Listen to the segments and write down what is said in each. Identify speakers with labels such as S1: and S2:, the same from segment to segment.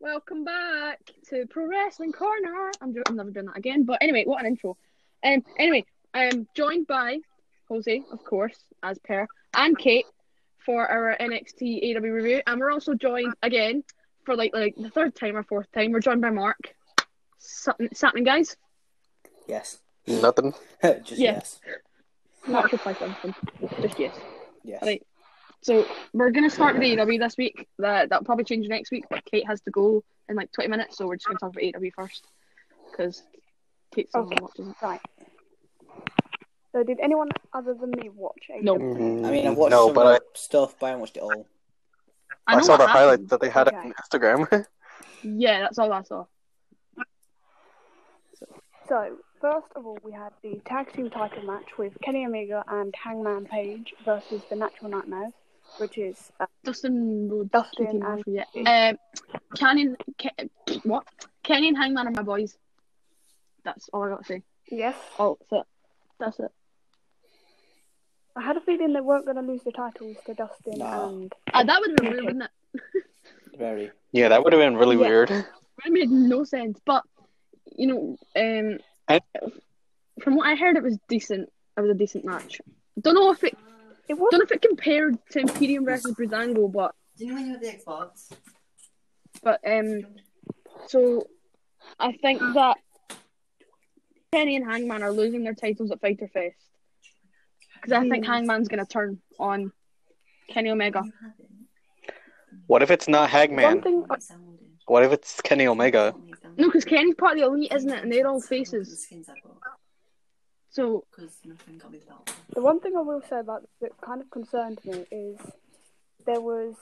S1: Welcome back to Pro Wrestling Corner. I'm, do- I'm never doing that again. But anyway, what an intro. Um, anyway, I am joined by Jose, of course, as per, and Kate for our NXT AW review. And we're also joined again for like like the third time or fourth time. We're joined by Mark. Something, something, guys.
S2: Yes.
S3: Nothing.
S2: Just yes.
S1: Mark reply something. Just yes.
S2: Yes.
S1: Right. So we're gonna start with AEW this week. That that'll probably change next week, but Kate has to go in like twenty minutes, so we're just gonna talk about AEW first because Kate's still
S4: Okay.
S1: not watching it.
S4: Right. So did anyone other than me watch AEW?
S1: No.
S3: Mm-hmm.
S2: I mean, I've watched
S3: Mm, no,
S2: some of
S3: but I,
S2: the stuff, but I haven't watched it all.
S3: I,
S1: know
S3: saw
S1: what
S3: the highlights
S1: happened.
S3: that they had it on
S4: Okay.
S3: Instagram.
S1: Yeah, that's all I saw.
S4: So first of all, we had the tag team title match with Kenny Omega and Hangman Page versus the Natural Nightmares, which is uh,
S1: Dustin Rhodes.
S4: Dustin
S1: Dustin
S4: and-
S1: yeah. Um, Canyon, Ke- what? Kenny and Hangman are my boys. That's all I got to say.
S4: yes.
S1: Oh, that's it. That's it.
S4: I had a feeling they weren't going to lose the titles to Dustin
S2: Nah.
S4: and
S1: Ah, that would have been weird, wouldn't it?
S2: Very.
S3: Yeah, that would have been really
S1: Yeah.
S3: weird.
S1: It made no sense. But you know, um,
S3: I-
S1: from what I heard, it was decent. It was a decent match. Don't know if it
S4: it was
S1: don't know if it compared to Imperium versus Brizango, but
S5: Do you know when you have the Xbox?
S1: but um, so I think that Kenny and Hangman are losing their titles at Fighter Fest because I think Hangman's gonna turn on Kenny Omega.
S5: You have it.
S3: What if it's not
S4: one
S3: Hagman?
S4: thing.
S5: It's downloaded.
S3: What if it's Kenny Omega?
S1: No, because Kenny's part of the elite, isn't it? And they're all faces. So
S5: Because nothing got me the belt.
S4: The one thing I will say about this that kind of concerned me is there was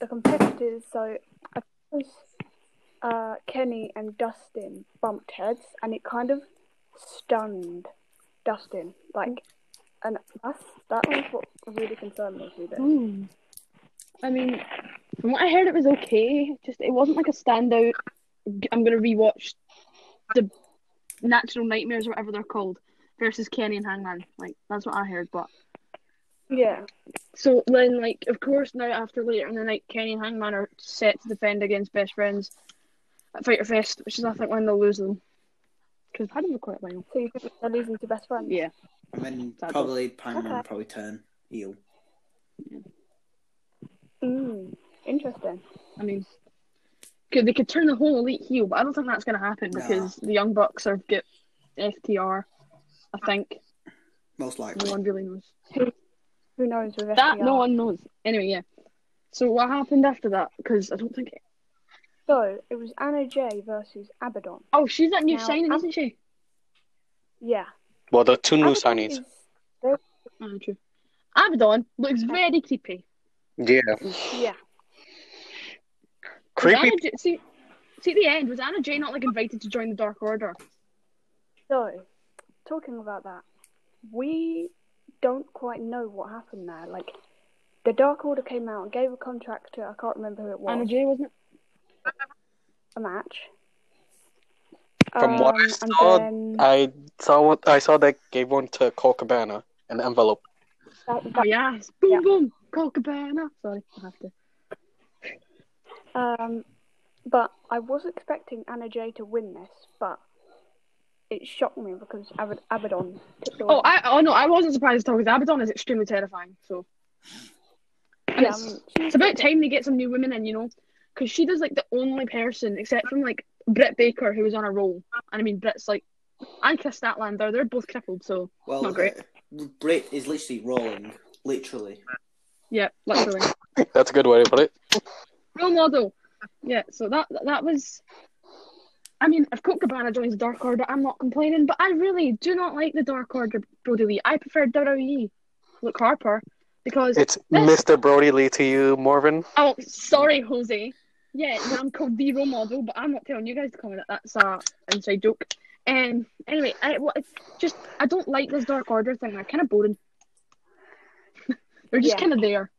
S4: the competitors. So I suppose uh, Kenny and Dustin bumped heads, and it kind of stunned Dustin. Like, and that's that was what really concerned me with it.
S1: Hmm. I mean, from what I heard, it was okay. Just it wasn't like a standout. I'm gonna rewatch the Natural Nightmares or whatever they're called versus Kenny and Hangman. Like that's what I heard. But
S4: Yeah,
S1: so then, like of course, now after later in the night, Kenny and Hangman are set to defend against Best Friends at Fighter Fest, which is I think when they'll lose them because I've had them for quite a while.
S4: so you think they're losing to best friends?
S1: Yeah,
S2: And then
S1: Sad
S2: probably Pan will
S4: Okay.
S2: probably turn heel.
S4: Mm, interesting.
S1: I mean. Could, they could turn the whole elite heel, but I don't think that's going to happen
S2: Nah.
S1: because the Young Bucks are get FTR, I think.
S2: Most likely.
S1: No one really knows.
S4: Who knows with
S1: That
S4: SDR?
S1: no one knows. Anyway, yeah. So what happened after that? Because I don't think.
S4: So it was Anna Jay versus Abaddon.
S1: Oh, she's that new
S4: Now,
S1: signing,
S4: I'm-
S1: isn't she?
S4: Yeah.
S3: Well, the two new
S4: Abaddon
S3: signees.
S4: is-
S1: Oh, true. Abaddon looks very creepy.
S3: Yeah,
S4: Yeah.
S1: Was
S3: creepy.
S1: Anna J- see, see at the end was Anna Jay not like invited to join the Dark Order?
S4: So, talking about that, we don't quite know what happened there. Like, the Dark Order came out and gave a contract to, I can't remember who it was,
S1: Anna Jay wasn't it?
S4: a match. Um,
S3: From what I
S4: and
S3: saw, uh,
S4: then
S3: I saw what I saw. They gave one to Cole Cabana, an envelope.
S4: that-
S1: Oh
S4: that-
S1: yes, boom
S4: Yeah.
S1: boom, Cole Cabana. Sorry, I have to.
S4: um, but I was expecting Anna Jay to win this, but it shocked me because Ab- Abaddon took the
S1: Oh,
S4: win.
S1: I oh no, I wasn't surprised at all because Abaddon is extremely terrifying. So, and
S4: Yeah,
S1: it's,
S4: I mean, she-
S1: It's about time they get some new women in, you know, because she does like the only person, except from like Britt Baker, who was on a roll. And I mean, Britt's like, and Chris Statlander, they're, both crippled, so
S2: Well,
S1: Not great.
S2: uh, Brit is literally rolling. Literally.
S1: yeah, literally.
S3: That's a good way to put it.
S1: Role model. Yeah, so that that was. I mean, if Coke Cabana joins the Dark Order, I'm not complaining, but I really do not like the Dark Order Brody Lee. I prefer WWE, Luke Harper, because
S3: It's Mr. Brody Lee to you, Morven.
S1: Oh, sorry, Jose. Yeah, no, I'm called the role model, but I'm not telling you guys to comment. That's a inside joke. Um. Anyway, I what, it's just I don't like this Dark Order thing. They're kind of boring. They're just
S4: Yeah.
S1: kind of there.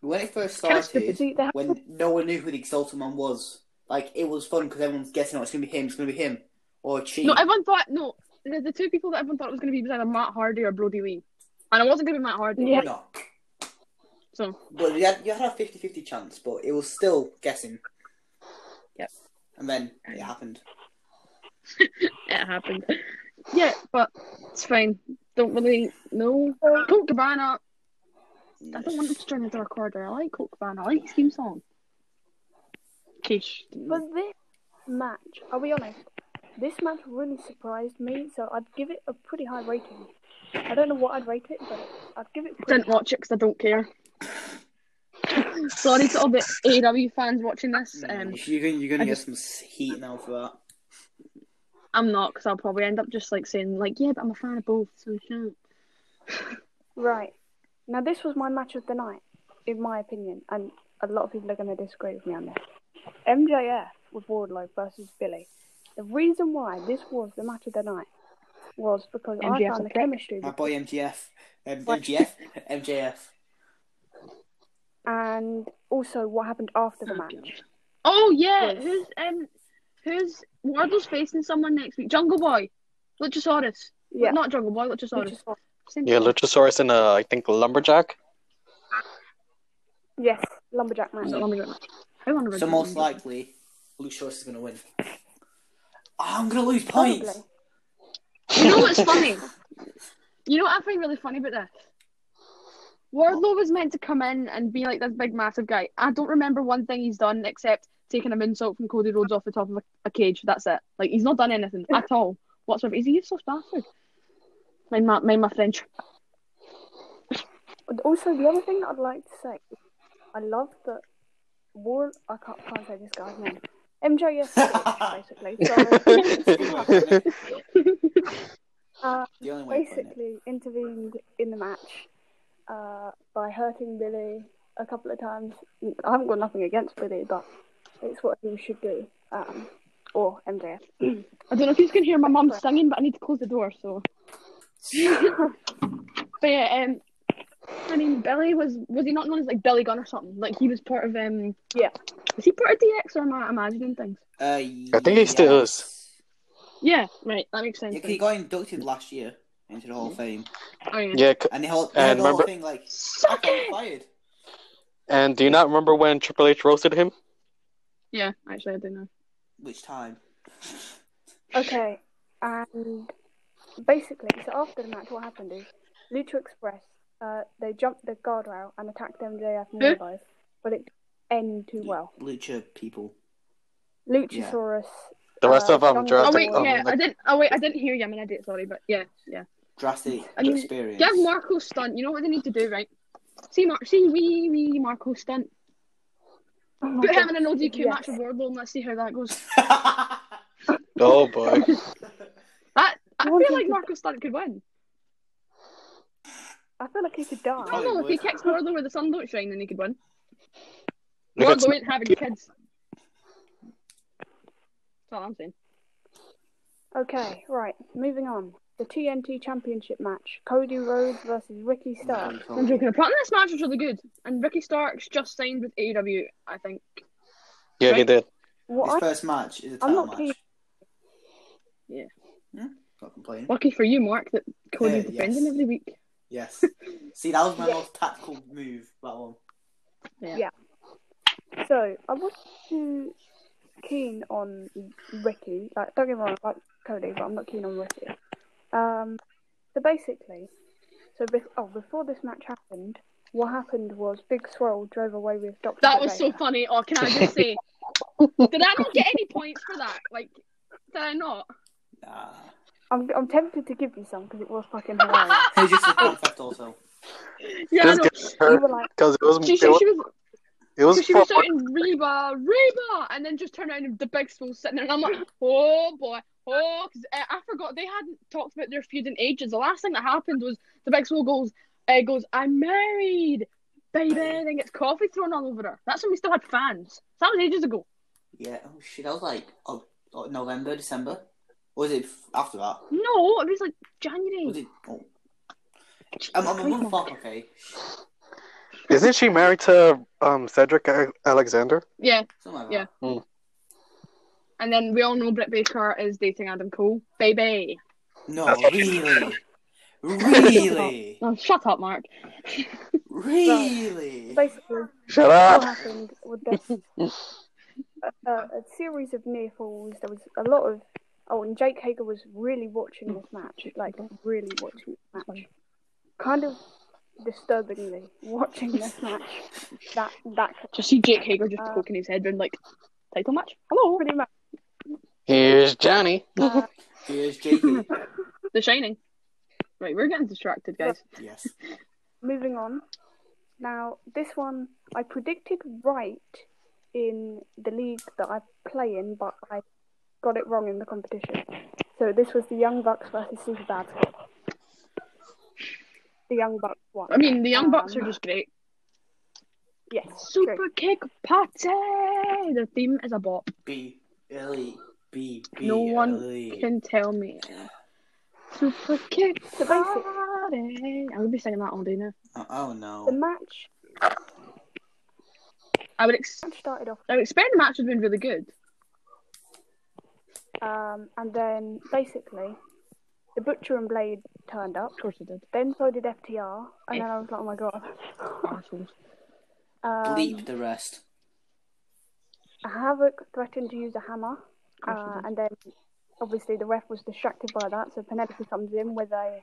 S2: When it first
S1: Can I just-
S2: started,
S4: See, they have-
S2: when no one knew who the Exalted Man was, like it was fun because everyone's guessing, oh, it's gonna be him, it's gonna be him, or Chi.
S1: No, everyone thought no. The, the two people that everyone thought it was going to be was either Matt Hardy or Brody Lee, and it wasn't going to be Matt Hardy.
S4: Yeah.
S2: No.
S1: So
S2: But you had, you had a 50-50 chance, but it was still guessing.
S1: Yep.
S2: And then it happened.
S1: It happened. Yeah, but it's fine. Don't really know. Coke Cabana. I don't want them to turn into a recorder. I like Coke Cabana. I like his theme song. Kish.
S4: But this match, I'll be honest, this match really surprised me, so I'd give it a pretty high rating. I don't know what I'd rate it, but I'd give it. Pretty
S1: Didn't watch it because I don't care. Sorry to all the AEW fans watching this. Um,
S2: you're going you're gonna
S1: I
S2: get some s- heat now for that.
S1: I'm not because I'll probably end up just like saying like, yeah, but I'm a fan of both, so shut up.
S4: Right. Now, this was my match of the night, in my opinion, and a lot of people are going to disagree with me on this. MJF with Wardlow versus Billy. The reason why this was the match of the night was because I
S1: MJF 's a
S4: found the
S1: prick.
S4: chemistry
S2: My boy MGF. Um,
S4: What?
S2: MGF? MJF.
S4: and also what happened after the match.
S1: Oh yeah,
S4: Yes.
S1: who's um, who's Wardle's facing someone next week? Jungle Boy, Luchasaurus.
S4: Yeah.
S1: Not Jungle Boy,
S4: which
S1: Luchasaurus.
S4: is fine.
S1: Same
S3: Yeah,
S1: thing.
S3: Luchasaurus and uh, I think Lumberjack.
S4: yes, lumberjack match.
S1: So let me go. I want to
S2: So most likely, Luke Shorts is going to win. Oh, I'm going to lose
S4: Probably.
S2: points.
S1: You know what's funny? You know what I find really funny about this? Wardlow was meant to come in and be like this big, massive guy. I don't remember one thing he's done except taking a moonsault from Cody Rhodes off the top of a, a cage. That's it. Like he's not done anything at all whatsoever. He's a useless bastard. Mind my, mind my French.
S4: And Also, the other thing that I'd like to say, is I love that War. I can't, can't say this guy's name. MJF, basically. So, uh,
S2: The only way. to win it.
S4: basically intervened in the match uh, by hurting Billy a couple of times. I haven't got nothing against Billy, but it's what he should do. Um, or MJF.
S1: I don't know if you can hear my mum singing, but I need to close the door. So, but yeah, um, I mean, Billy was was he not known as like Billy Gunn or something? Like he was part of um,
S4: Yeah.
S1: was he part of DX or am I imagining things?
S2: Uh,
S3: I think he still is.
S1: Yeah, right, that makes sense.
S2: Yeah, 'cause
S1: then.
S2: he got inducted last year into the Hall
S4: Mm-hmm.
S2: of Fame,
S1: Oh, yeah.
S3: Yeah, c-
S2: and the whole, they
S3: And
S2: had the whole
S3: remember-
S2: thing like I
S1: Suck
S2: got
S1: it!
S2: fired.
S3: and do you not remember when Triple H roasted him?
S1: Yeah, actually, I don't know.
S2: Which time?
S4: Okay, and basically, so after the match, what happened is Lucha Express, uh, they jumped the guardrail and attacked MJF and
S1: Who?
S4: Wardlow, but it didn't end too well.
S2: Lucha people.
S4: Luchasaurus,
S3: The rest
S4: Uh,
S3: of them.
S4: Jungle-
S1: Oh
S4: That's
S1: wait,
S4: like-
S1: yeah, I didn't. Oh wait, I didn't hear you. I mean, I did. Sorry, but yeah, yeah.
S2: Drastic
S1: I mean,
S2: experience.
S1: Give Marco stunt. You know what they need to do, right? See, Mar- see, wee, wee, Marco stunt.
S4: oh my
S1: Put him
S4: God,
S1: in an ODQ
S4: yes.
S1: match with Wardlow, and let's see how that goes.
S3: oh boy.
S1: That I
S4: Wardlow
S1: feel like
S4: could-
S1: Marco stunt could win.
S4: I feel like he could die.
S2: Oh,
S1: I don't know if he kicks Wardlow where the sun don't shine, then he could win.
S3: If it's-
S1: Wardlow ain't having kids. That's all I'm saying.
S4: Okay, right, moving on. The TNT Championship match: Cody Rhodes versus Ricky Stark.
S1: I'm joking. Apparently, this match was really good, and Ricky Stark's just signed with AEW. I think.
S3: yeah, he did.
S2: His
S4: What? I,
S2: first match is a
S4: I'm
S2: title
S4: not
S2: match.
S1: Yeah.
S2: Hmm? Not complaining.
S1: Lucky for you, Mark, that Cody's
S2: Uh,
S1: defending
S2: yes.
S1: every week.
S2: Yes. See, that was my
S4: Yeah.
S2: most tactical move. um, That one.
S4: so I wasn't too keen on Ricky. Like, don't get me wrong, I like Cody, but I'm not keen on Ricky. Um, so basically, so bef- oh, before this match happened, what happened was Big Swirl drove away with Doctor.
S1: That was so funny. Oh, can I just say? did I not get any points for that? Like, did I not?
S2: Nah.
S4: I'm, I'm tempted to give you some because it was fucking hilarious.
S2: It was just a concept also.
S1: Yeah, I
S3: This
S1: know.
S3: gets
S4: you
S3: hurt
S4: were like,
S3: because it was
S1: She, she, she
S3: it was,
S1: was,
S3: it was
S1: she was
S3: for-
S1: shouting Reba, Reba, and then just turned around and the big fool's sitting there, and I'm like, oh boy, oh, 'cause, uh, I forgot they hadn't talked about their feud in ages. The last thing that happened was the big fool goes, uh, goes, I'm married, baby, and then gets coffee thrown all over her. That's when we still had fans. That was ages ago.
S2: Yeah. Oh shit. That was like oh, oh, November, December. Or was it f- after that?
S1: No, it was like January.
S2: Was it? Oh. I'm, I'm a
S1: Christ, Mark.
S2: motherfucker. Okay.
S3: Isn't she married to um Cedric A- Alexander?
S1: Yeah,
S2: Something like
S1: Yeah.
S2: that.
S1: And then we all know Britt Baker is dating Adam Cole. Baby.
S2: No,
S3: That's what-
S2: really, really,
S1: Oh, shut up, Mark.
S2: really.
S4: basically,
S3: Shut
S1: Oh.
S4: what
S3: up.
S4: happened with this a, uh, a series of near falls. There was a lot of. Oh, and Jake Hager was really watching this match, like really watching this match, kind of disturbingly watching this match. That that
S1: Just see Jake Hager just
S4: Uh,
S1: poking his head and like title match. Hello,
S4: pretty much.
S3: Here's Johnny.
S4: Uh,
S2: Here's JP.
S1: The Shining. Right, we're getting distracted, guys.
S2: yes.
S4: moving on. Now, this one I predicted right in the league that I play in, but I got it wrong in the competition. So this was the Young Bucks versus Superbad. The Young Bucks won.
S1: I mean, the Young Bucks
S4: Um,
S1: are just great.
S4: Yes.
S1: Super
S4: true.
S1: kick party. The theme is a bop.
S2: B Ellie B B
S1: No one
S2: Ellie.
S1: Can tell me. Super kick
S4: So basically,
S1: party. I'm gonna be singing that all day now.
S2: Oh, oh no.
S4: the match
S1: I would ex-
S4: started off,
S1: I would expect the match would have been really good.
S4: um, and then basically, the Butcher and Blade turned up.
S1: Of course it did.
S4: Then so did FTR, and then I was like, oh my god.
S1: Arseholes.
S4: Um,
S2: Bleep the rest.
S4: Havoc threatened to use a hammer,
S1: course he
S4: uh,
S1: did.
S4: and then obviously the ref was distracted by that, so Penelope comes in with a.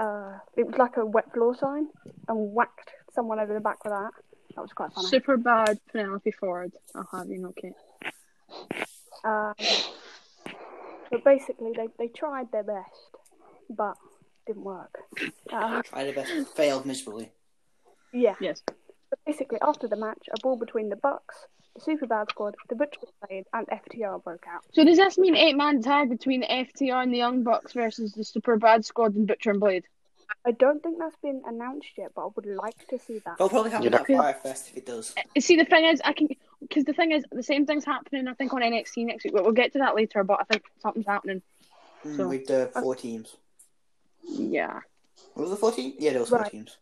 S4: Uh, it was like a wet floor sign and whacked someone over the back with that. That was quite funny.
S1: Super bad Penelope Ford. I'll have you know, Kate.
S4: Um, but basically, they, they tried their best, but didn't work. Uh,
S2: Try the best. Failed miserably.
S4: yeah.
S1: Yes.
S4: But basically, after the match, a brawl between the Bucks, the Super Bad Squad, the Butcher Blade, and FTR broke out.
S1: So does this mean eight man tag between the FTR and the Young Bucks versus the Super Bad Squad and Butcher and Blade?
S4: I don't think that's been announced yet, but I would like to see that.
S2: They'll probably have
S3: You're
S2: that
S1: not-
S2: fire fest if it does.
S1: You See, the thing is, I can because the thing is, the same thing's happening. I think on NXT next week, but we'll get to that later. But I think something's happening.
S2: Mm,
S1: So-
S2: with the four teams.
S1: Yeah.
S2: What was the four teams? Yeah, there was four
S4: Right.
S2: teams.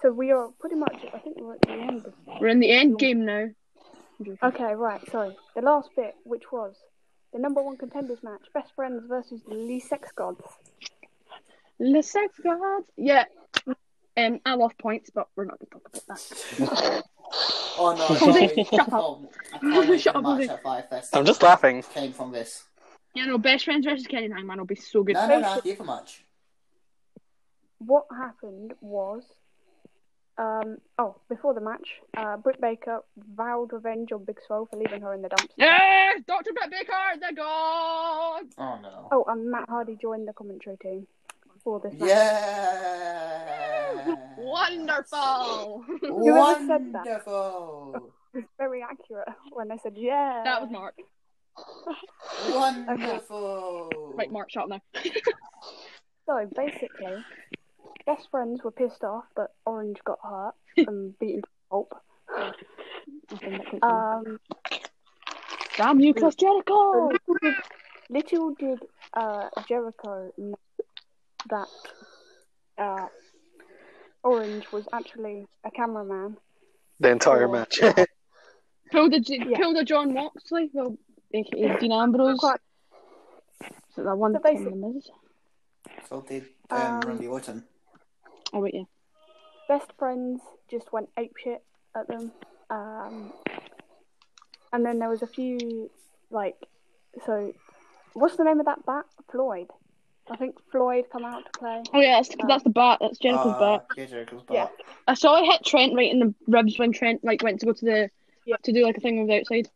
S4: So we are pretty much, I think we're at the end. of-
S1: We're in the end game now.
S4: Okay, right, sorry. The last bit, which was the number one contenders match, Best Friends versus the Lee Sex Gods.
S1: The sex god. Yeah. Um, I love points, but we're not going to talk about that.
S2: Oh no!
S1: Jose,
S2: sorry.
S1: shut up.
S2: Oh, I can't wait
S1: Shut
S2: for
S1: up,
S2: the match
S1: Jose.
S2: at Fire Fest.
S3: I'm just laughing.
S2: Came from this.
S1: Yeah, no, best friends versus Kenny and Hangman will be so good.
S2: No, no, no. The other match.
S4: What happened was, um, oh, before the match, uh, Britt Baker vowed revenge on Big Swole for leaving her in the dumpster.
S1: Yes, Doctor Britt Baker, the god.
S2: Oh no.
S4: Oh, and Matt Hardy joined the commentary team for this match.
S2: Yeah.
S1: Wonderful.
S4: Whoever said that.
S2: Wonderful.
S4: It was very accurate when they said, yeah.
S1: that was Mark.
S2: Wonderful.
S1: Right, Mark, shut up now.
S4: So basically, best friends were pissed off that Orange got hurt and beaten to pulp. Um,
S1: Damn you, Chris Jericho.
S4: so little did, little did uh, Jericho know that uh, Orange was actually a cameraman.
S3: The entire
S4: Oh.
S3: match.
S1: Pulled a, J-
S4: Yeah.
S1: pulled a John Moxley, well, aka Dean Ambrose.
S4: Quite-
S1: So that one
S4: So
S1: thing
S4: basic-
S1: them is.
S2: So did um,
S4: Um,
S2: Randy Orton.
S1: Oh wait, yeah.
S4: Best friends just went apeshit at them. Um, and then there was a few, like, so what's the name of that bat? Floyd. I think Floyd come out to play.
S1: Oh yeah, that's the,
S4: Um,
S1: that's the bat. That's Jericho's
S2: Uh,
S1: bat.
S2: yeah, Jericho's
S4: Yeah.
S2: back.
S1: I saw it hit Trent right in the ribs when Trent like went to go to the
S4: Yeah.
S1: to do like a thing on the outside.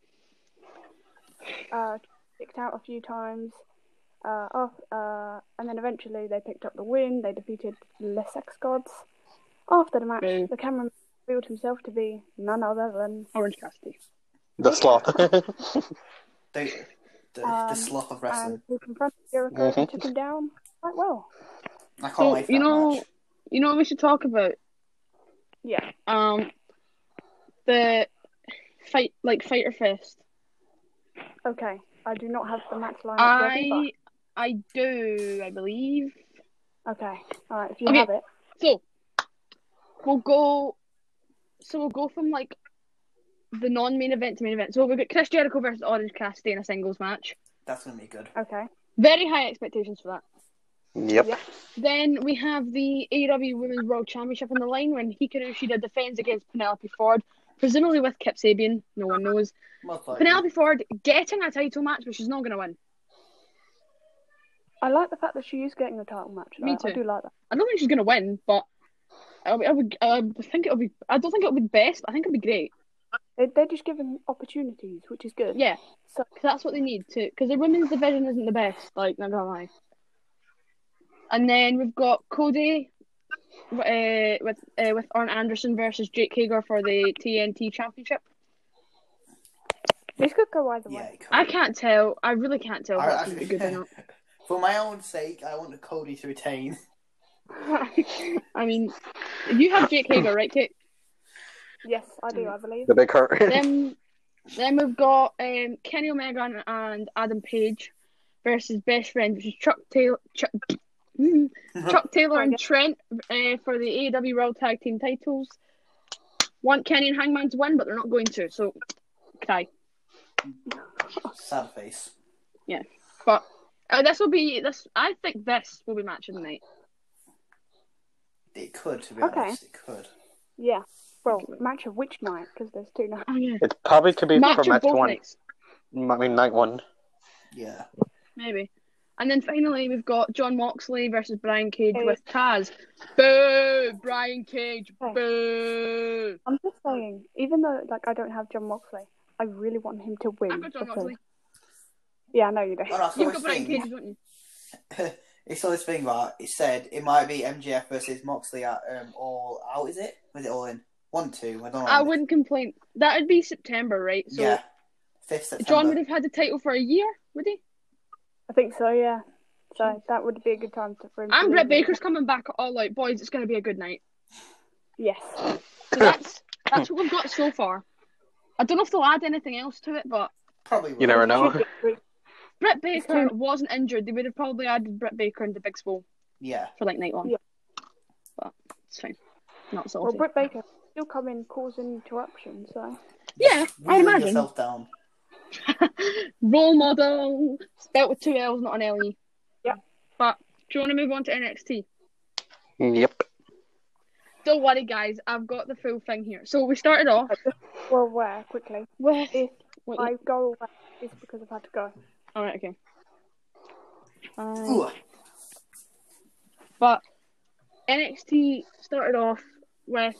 S4: uh, kicked out a few times. Uh, off, uh, and then eventually they picked up the win. They defeated the Sex Gods. After the match,
S1: Boo.
S4: the cameraman revealed himself to be none other than
S1: Orange Cassidy.
S3: the sloth.
S2: They, the, the
S4: Um,
S2: sloth of
S4: and
S2: wrestling.
S4: he confronted Jericho and
S3: Mhm.
S4: took him down quite well.
S2: I can't
S1: so,
S2: wait for
S1: you
S2: that
S1: know-
S2: match.
S1: You know what we should talk about?
S4: Yeah,
S1: Um, the fight like Fighter Fest.
S4: okay. I do not have the match line.
S1: I I do I believe.
S4: Okay, alright, if you
S1: Okay.
S4: have it.
S1: So we'll go. So we'll go from like the non-main event to main event. So we've got Chris Jericho versus Orange Cassidy in a singles match.
S2: That's gonna be good.
S4: Okay.
S1: Very high expectations for that.
S3: yep.
S4: Yep.
S1: Then we E have the AEW Women's World Championship on the line when Hikaru Shida defends against Penelope Ford. presumably with Kip Sabian. No one knows.
S2: Motherfucker.
S1: Penelope Ford getting a title match, but she's not going to win.
S4: I like the fact that she is getting a title match.
S1: Me
S4: though.
S1: too.
S4: I do like that.
S1: I don't think she's going to win, but I would, I would I would think it'll be. I don't think it'll be the best. But I think it'll be great.
S4: They, they're just giving opportunities, which is good.
S1: Yeah,
S4: So
S1: because that's what they need to. Because the women's division isn't the best. Like, not gonna lie. And then we've got Cody uh, with uh, with Arn Anderson versus Jake Hager for the TNT Championship.
S4: this could go either
S2: Yeah,
S4: way.
S2: Cody.
S1: I can't tell. I really can't tell if
S2: I-
S1: that's
S2: I-
S1: gonna be good or not.
S2: For my own sake, I want Cody to retain.
S1: I mean, you have Jake Hager, right, Kate?
S4: Yes, I do. I believe.
S3: The big hurt.
S1: then then we've got um, Kenny Omega and, and Adam Page versus Best Friend, which is Chuck Taylor, Chuck, mm, Chuck Taylor and Trent uh, for the AEW World Tag Team titles. Want Kenny and Hangman to win, but they're not going to. So, cry.
S2: Sad face.
S1: But uh, this will be this. I think this will be match of the night.
S2: It could, to be
S4: Okay.
S2: honest. It could.
S4: Yeah. Well, match of which night? Because there's two nights.
S1: Oh yeah,
S3: It probably could be
S1: match
S3: for
S1: of
S3: match
S1: both
S3: one.
S1: nights,
S3: I mean, night one.
S2: Yeah.
S1: maybe. And then finally, we've got John Moxley versus Brian Cage
S4: Hey.
S1: with Taz. Boo! Brian Cage.
S4: Hey.
S1: Boo!
S4: I'm just saying, even though like I don't have John Moxley, I really want him to win.
S1: I've got John
S4: because-
S1: Moxley.
S4: Yeah, I know you do.
S2: Oh, no, I saw
S1: You've
S2: this
S1: got Brian
S2: thing.
S1: Cage, don't you?
S2: It's all this thing, right? It said it might be MJF versus Moxley at um, All Out, is it? Was it All In? One, two, I don't know.
S1: I wouldn't complain. That would be September, right? So
S2: yeah. 5th September.
S1: John would have had the title for a year, would he?
S4: I think so. Yeah. So that would be a good time to, for him.
S1: And
S4: to
S1: Britt
S4: win.
S1: Baker's coming back at all out. Boys, it's going to be a good night.
S4: Yes.
S1: So that's that's what we've got so far. I don't know if they'll add anything else to it, but
S2: Probably
S3: You never know.
S1: Britt Baker wasn't injured. They would have probably added Britt Baker into Big Swole
S2: Yeah.
S1: for like night one.
S4: Yeah.
S1: But it's fine. Not
S4: Well,
S1: salty.
S4: Britt Baker still come in causing interruption. So
S1: yeah, I
S2: Really
S1: imagine.
S2: yourself down.
S1: Role model, spelt with two L's, not an L E.
S4: Yeah.
S1: But do you want to move on to NXT?
S3: Yep.
S1: Don't worry, guys. I've got the full thing here. So we started off
S4: well, where quickly?
S1: with.
S4: If
S1: Wait,
S4: I go away, it's because I've had to go.
S1: All right, okay.
S4: Oh.
S1: Um,
S2: Ooh.
S1: but NXT started off with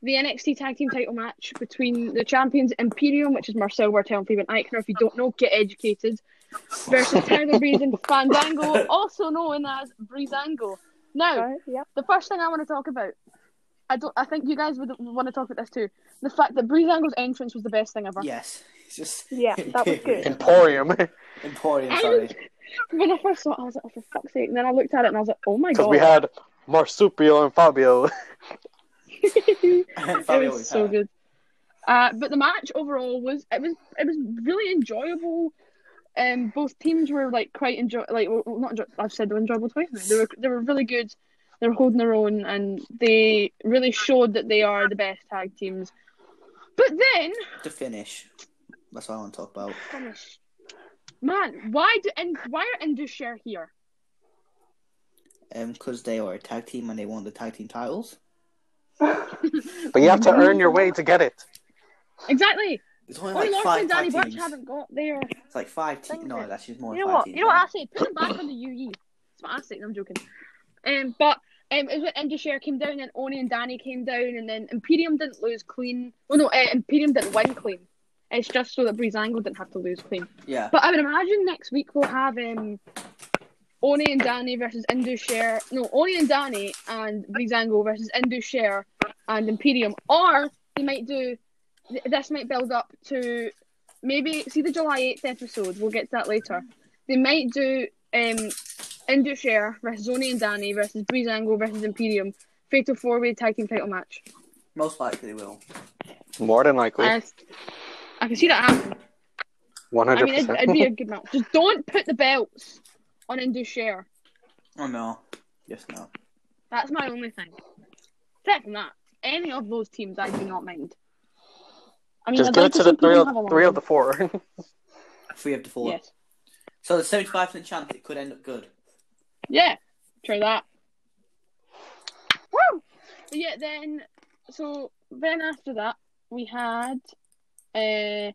S1: the NXT Tag Team Title match between the champions Imperium, which is Marcel Wertel and Fabian Eichner. If you don't know, get educated. Versus Tyler Breeze and Fandango, also known as Breezango. Now,
S4: So, yeah.
S1: the first thing I want to talk about, I don't. I think you guys would want to talk about this too. The fact that Breeze Angle's entrance was the best thing ever.
S2: Yes. It's just.
S4: Yeah, that was good.
S3: Emporium. Because
S2: Emporium,
S1: I
S2: sorry.
S1: was- when I first saw it, I was like, oh, for fuck's sake. And then I looked at it and I was like, oh my god.
S3: we had Marsupio and Fabio.
S1: it was so good. Uh, but the match overall was it was it was really enjoyable. Um, both teams were like quite enjoy like well, not enjoy- I've said they were enjoyable twice. Now. They were they were really good. They were holding their own and they really showed that they are the best tag teams. But then,
S2: To finish. That's what I want to talk about.
S1: gosh, man, why do and why are Indushare here?
S2: Um, because they are a tag team and they won the tag team titles.
S3: But you have to earn your way to get it.
S1: Exactly.
S2: It's only
S1: Only
S2: like
S1: Lawson
S2: five
S1: and Danny
S2: tag
S1: Burch
S2: teams.
S1: haven't got their
S2: It's like five
S1: Thank
S2: teams. No,
S1: you.
S2: that's just more
S1: You know
S2: than five
S1: what?
S2: teams.
S1: You know what
S2: now.
S1: I say? Put them back on the UE. That's what I say. No, I'm joking. Um, but um, it was when Indushare came down, and Oni and Danny came down, and then Imperium didn't lose clean. Well, no, uh, Imperium didn't win clean. It's just so that Breezango didn't have to lose clean.
S2: Yeah.
S1: But I would imagine next week we'll have um, Oni and Danny versus Indushare. No, Oni and Danny and Breezango versus Indushare and Imperium. Or they might do. th- This might build up to maybe see the July eighth episode. We'll get to that later. They might do um, Indushare versus Oni and Danny versus Breezango versus Imperium. Fatal four way tag team title match.
S2: Most likely they will.
S3: More than likely.
S1: I, I can see that happening.
S3: 100%.
S1: I mean, it'd, it'd be a good match. Just don't put the belts on Indushare.
S2: Oh no. Yes, no.
S1: That's my only thing. Except from that, any of those teams, I do not mind. I mean,
S3: Just
S1: I'd
S3: give
S1: like
S3: it to
S1: see
S3: the three
S1: people have
S3: of,
S1: a
S3: three of
S1: line.
S3: the four.
S2: Three of the four.
S1: Yes.
S2: So the seventy-five percent chance it could end up good.
S1: Yeah. Try that. Woo! But yeah, then so then after that, we had uh,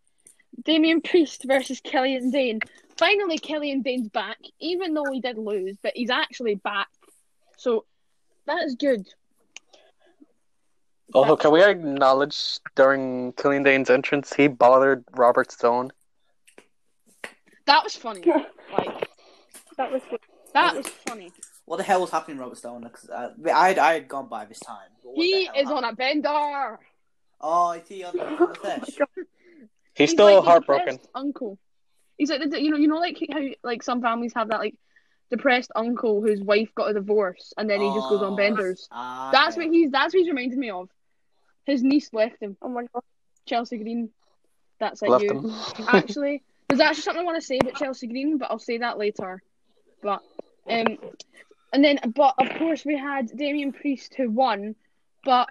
S1: Damian Priest versus Killian Dane. Finally, Killian Dane's back, even though he did lose, but he's actually back. So that is good.
S3: Also, can we acknowledge during Killian Dane's entrance, he bothered Robert Stone?
S1: That was funny. Like
S4: That was good.
S1: that was funny.
S2: What the hell was happening, Robert Stone? 'Cause, uh, I had I had gone by this time. but what the
S1: He
S2: hell
S1: is on
S2: happened?
S1: a bender.
S2: Oh, is he on the fish?
S3: He's, still
S1: like the
S3: heartbroken.
S1: depressed Uncle. He's like the, you know you know like how like some families have that like depressed uncle whose wife got a divorce and then he just goes on
S2: Oh,
S1: benders.
S2: ah,
S1: That's
S2: okay.
S1: what he's that's what he's reminded me of. His niece left him.
S4: Oh my god.
S1: Chelsea Green. That's it.
S3: Left
S1: you.
S3: him.
S1: Actually, there's actually something I want to say about Chelsea Green, but I'll say that later. But um, and then but of course we had Damien Priest who won, but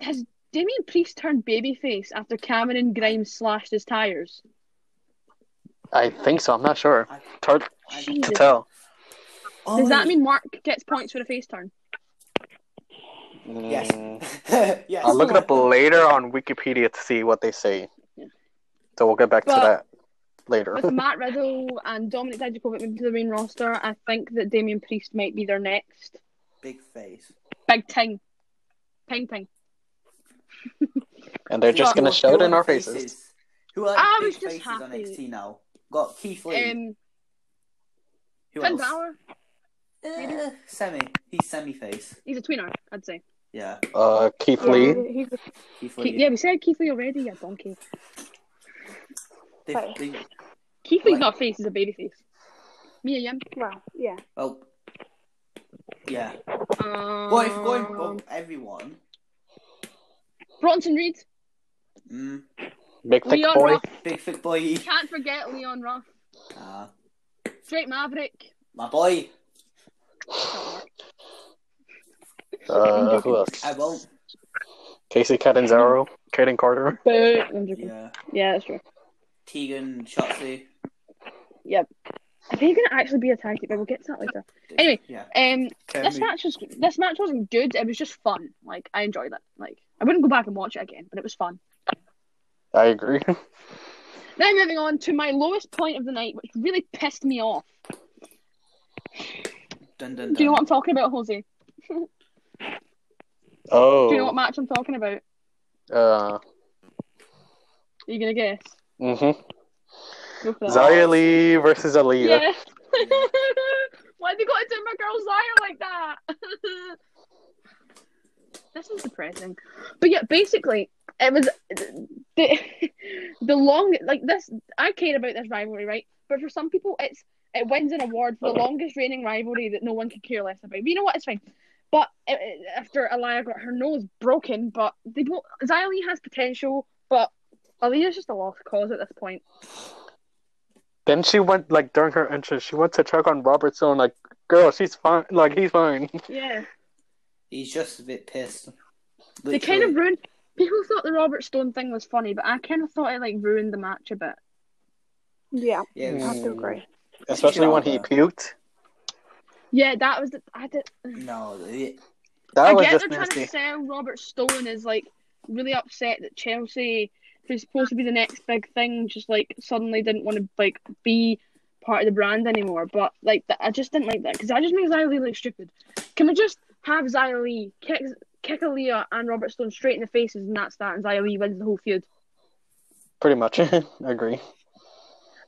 S1: has Damien Priest turned babyface after Cameron Grimes slashed his tires?
S3: I think so. I'm not sure.
S2: I-
S3: It's hard
S2: I-
S3: to
S1: Jesus.
S3: tell.
S2: Oh,
S1: Does that
S2: wait.
S1: mean Mark gets points for the face turn?
S2: Yes.
S3: Mm,
S2: yes.
S3: I'll look it up later on Wikipedia to see what they say. So we'll get back to
S1: But-
S3: that later.
S1: With Matt Riddle and Dominic Dijakovic moving to the main roster, I think that Damien Priest might be their next
S2: Big face.
S1: big ting, ping ping.
S3: And they're just
S1: But-
S3: going to
S2: Who-
S3: show
S2: who
S3: it
S2: are
S3: in
S2: the
S3: our faces.
S2: Who are
S1: I
S2: the
S1: was
S2: big
S1: just
S2: faces on
S1: happy.
S2: NXT now? Got Keith Lee.
S1: Um,
S2: who
S1: Finn
S2: else?
S1: Balor,
S2: Eh, semi. He's semi face.
S1: he's a tweener, I'd say.
S2: Yeah.
S3: Uh, Keith
S4: Yeah,
S1: Um,
S3: Lee.
S4: he- he's a-
S2: Keith
S1: Keith,
S2: Lee.
S1: yeah, we said Keith Lee already. Yeah, donkey.
S2: They,
S4: Sorry.
S2: they,
S1: Keith Lee's
S2: Right.
S1: not a face; he's a baby face. Mia Yim.
S4: well, yeah.
S2: well, oh. yeah.
S1: Um,
S2: Well, if oh. you're going up everyone,
S1: Bronson Reed,
S2: mm,
S3: Big thick
S1: Leon
S3: boy.
S1: Ruff.
S2: big thick boy.
S1: Can't forget Leon Ruff.
S2: Ah,
S1: Straight Maverick.
S2: my boy.
S3: Uh, who else?
S2: I won't.
S3: Casey Catanzaro. Kaden Carter.
S1: Boo. I'm joking.
S2: Yeah.
S1: Yeah, that's true.
S2: Tegan Shotzi.
S1: Are they going to actually be a tag team? But We'll get to that later. Anyway.
S2: Yeah.
S1: Um,
S2: Can
S1: this
S2: we-
S1: match was this match wasn't good. It was just fun. Like I enjoyed it. Like I wouldn't go back and watch it again, but it was fun.
S3: I agree.
S1: Now moving on to my lowest point of the night, which really pissed me off.
S2: Dun, dun, dun.
S1: Do you know what I'm talking about, Jose?
S3: Oh.
S1: Do
S2: Oh.
S1: you know what match I'm talking about? Are
S3: uh,
S1: you gonna guess?
S3: mm-hmm.
S1: Go for that.
S3: Zaya Lee versus Aaliyah.
S1: Yeah. Why have you got to do my girl Zaya like that? this is depressing. But yeah, basically, it was the the long like this. I care about this rivalry, right? But for some people, it's it wins an award for the longest reigning rivalry that no one could care less about. But you know what? It's fine. But uh, after Aliyah got her nose broken, but they both Zaya Lee has potential, but Aliyah's just a lost cause at this point.
S3: Then she went like during her entrance, she went to check on Robertson. Like, girl, she's fine. Like, he's fine.
S1: Yeah.
S2: He's just a bit pissed.
S1: they kind
S2: Literally.
S1: of ruined. People thought the Robert Stone thing was funny, but I kind of thought it like ruined the match a bit.
S4: Yeah,
S2: Yeah,
S4: I
S2: it
S4: have
S2: was-
S3: Mm.
S4: to agree.
S3: Especially when he puked.
S1: Yeah, that was. The, I did.
S2: no, it-
S3: That
S1: I
S3: was
S1: get they're
S3: just
S1: trying to
S3: nasty.
S1: sell Robert Stone as like really upset that Chelsea, who's supposed to be the next big thing, just like suddenly didn't want to like be part of the brand anymore. But like, th- I just didn't like that because that just makes Zia Lee look stupid. Can we just have Xia Lee kick kick Aaliyah and Robert Stone straight in the faces, and that's that, and Xia Lee wins the whole feud?
S3: Pretty much. I agree.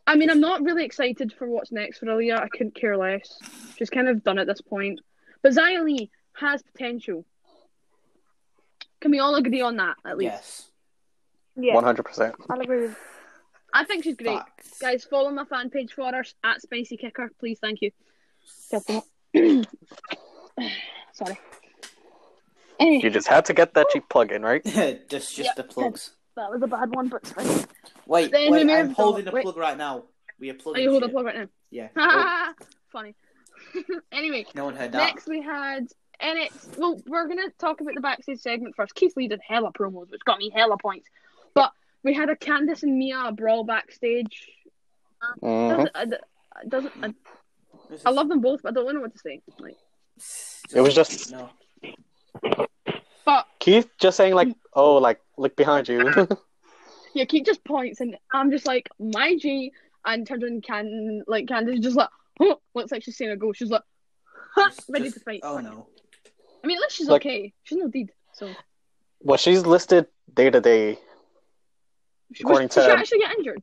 S1: I mean, I'm not really excited for what's next for Aaliyah. I couldn't care less. She's kind of done at this point. But Zia Lee has potential. Can we all agree on that, at least?
S2: yes.
S4: Yeah,
S3: One hundred percent.
S4: I'll agree with
S1: I think she's great.
S2: Facts.
S1: Guys, follow my fan page for her, at Spicy Kicker, please, thank you. Help them out. Sorry. Anyway,
S3: You just had to get that cheap plug in, right?
S2: just just
S1: Yeah.
S2: the plugs.
S1: that was a bad one, but it's fine.
S2: Wait,
S1: Then we
S2: wait, I'm
S1: moved
S2: holding
S1: on-
S2: the
S1: wait.
S2: plug right now. We are
S1: Are
S2: plugging.
S1: you holding
S2: shit.
S1: up plug right now?
S2: Yeah. Oh,
S1: Ha Funny. anyway,
S2: no one heard that.
S1: Next, we had NXT. Well, we're going to talk about the backstage segment first. Keith Lee did hella promos, which got me hella points. But we had a Candice and Mia brawl backstage.
S3: hmm
S1: Doesn't, I, I- doesn't, I, I love them both, but I don't know what to say. Like,
S3: It was just-
S2: no.
S1: But
S3: Keith just saying like, oh, like look behind you.
S1: yeah, Keith just points, and I'm just like, my G. And turns around, can like Candace is just like, huh, looks like she's saying a go. She's like, ha,
S2: Just-
S1: ready
S2: just-
S1: to fight.
S2: Oh no.
S1: I mean, at least she's
S3: Like-
S1: okay. She's no deed. So
S3: well, she's listed day to day.
S1: she, was,
S3: According
S1: did she
S3: to-
S1: actually get injured?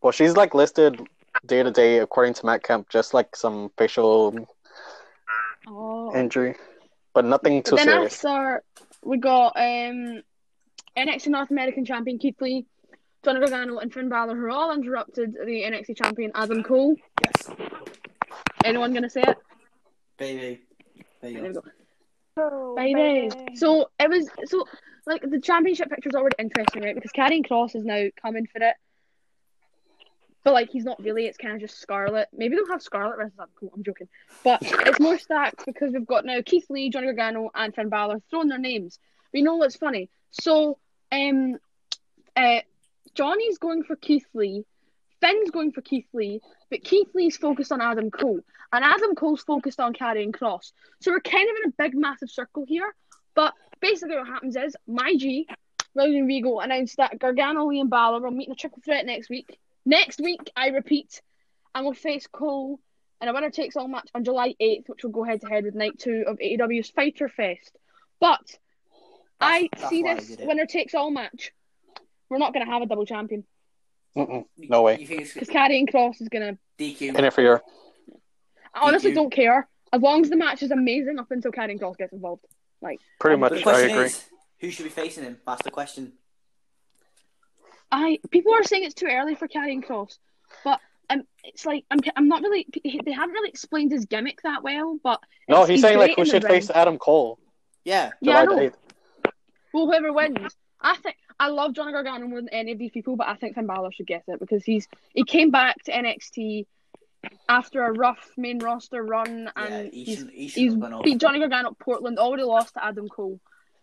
S3: Well, she's like listed day to day according to Matt Kemp, just like some facial
S1: Oh.
S3: injury, but nothing too
S1: then
S3: serious.
S1: after we got um, NXT North American champion Keith Lee, Johnny Gargano, and Finn Balor, who all interrupted the NXT champion Adam Cole.
S2: Yes.
S1: Anyone gonna say it?
S2: Baby. There you
S1: There we
S2: go.
S1: go.
S4: Oh,
S1: Baby.
S4: baby.
S1: So it was so like the championship picture's already interesting, right? Because Karrion Cross is now coming for it. But like he's not really, it's kind of just Scarlet. Maybe they'll have Scarlet versus Adam Cole. I'm joking, but it's more stacked because we've got now Keith Lee, Johnny Gargano, and Finn Balor throwing their names. We know what's funny. So, um, uh, Johnny's going for Keith Lee, Finn's going for Keith Lee, but Keith Lee's focused on Adam Cole, and Adam Cole's focused on Karrion Cross. So we're kind of in a big, massive circle here. But basically, what happens is my G, William Regal, announced that Gargano, Lee, and Balor will meet in a triple threat next week. Next week, I repeat, and will face Cole in a winner takes all match on July 8th, which will go head to head with night two of AEW's Fighter Fest. But I
S2: That's- that's
S1: see
S2: why I
S1: this
S2: did it.
S1: winner takes all match. We're not going to have a double champion
S3: Mm-mm. No way.
S2: You think it's
S1: because Karrion Cross is going to.
S2: DQ?
S3: Interfere.
S1: I honestly
S2: Mhm.
S1: don't care as long as the match is amazing up until Karrion Cross gets involved.
S3: Pretty
S1: Um,
S2: But
S3: much,
S2: the
S3: I
S2: question
S3: agree.
S2: is, who should be facing him? That's the question.
S1: I people are saying it's too early for Karrion Cross, but um, it's like I'm I'm not really they haven't really explained his gimmick that well. But
S3: No,
S1: it's-
S3: he's saying like
S1: great
S3: who
S1: in the
S3: should
S1: ring.
S3: face Adam Cole.
S2: Yeah.
S1: Yeah, I
S3: July
S1: know.
S3: the 8th.
S1: Well, whoever wins, I think I love Johnny Gargano more than any of these people, but I think Finn Balor should get it because he's he came back to NXT after a rough main roster run
S2: Yeah,
S1: and
S2: he
S1: he's
S2: shouldn't, he
S1: he's
S2: shouldn't have gone up.
S1: beat Johnny Gargano at Portland, already lost to Adam Cole.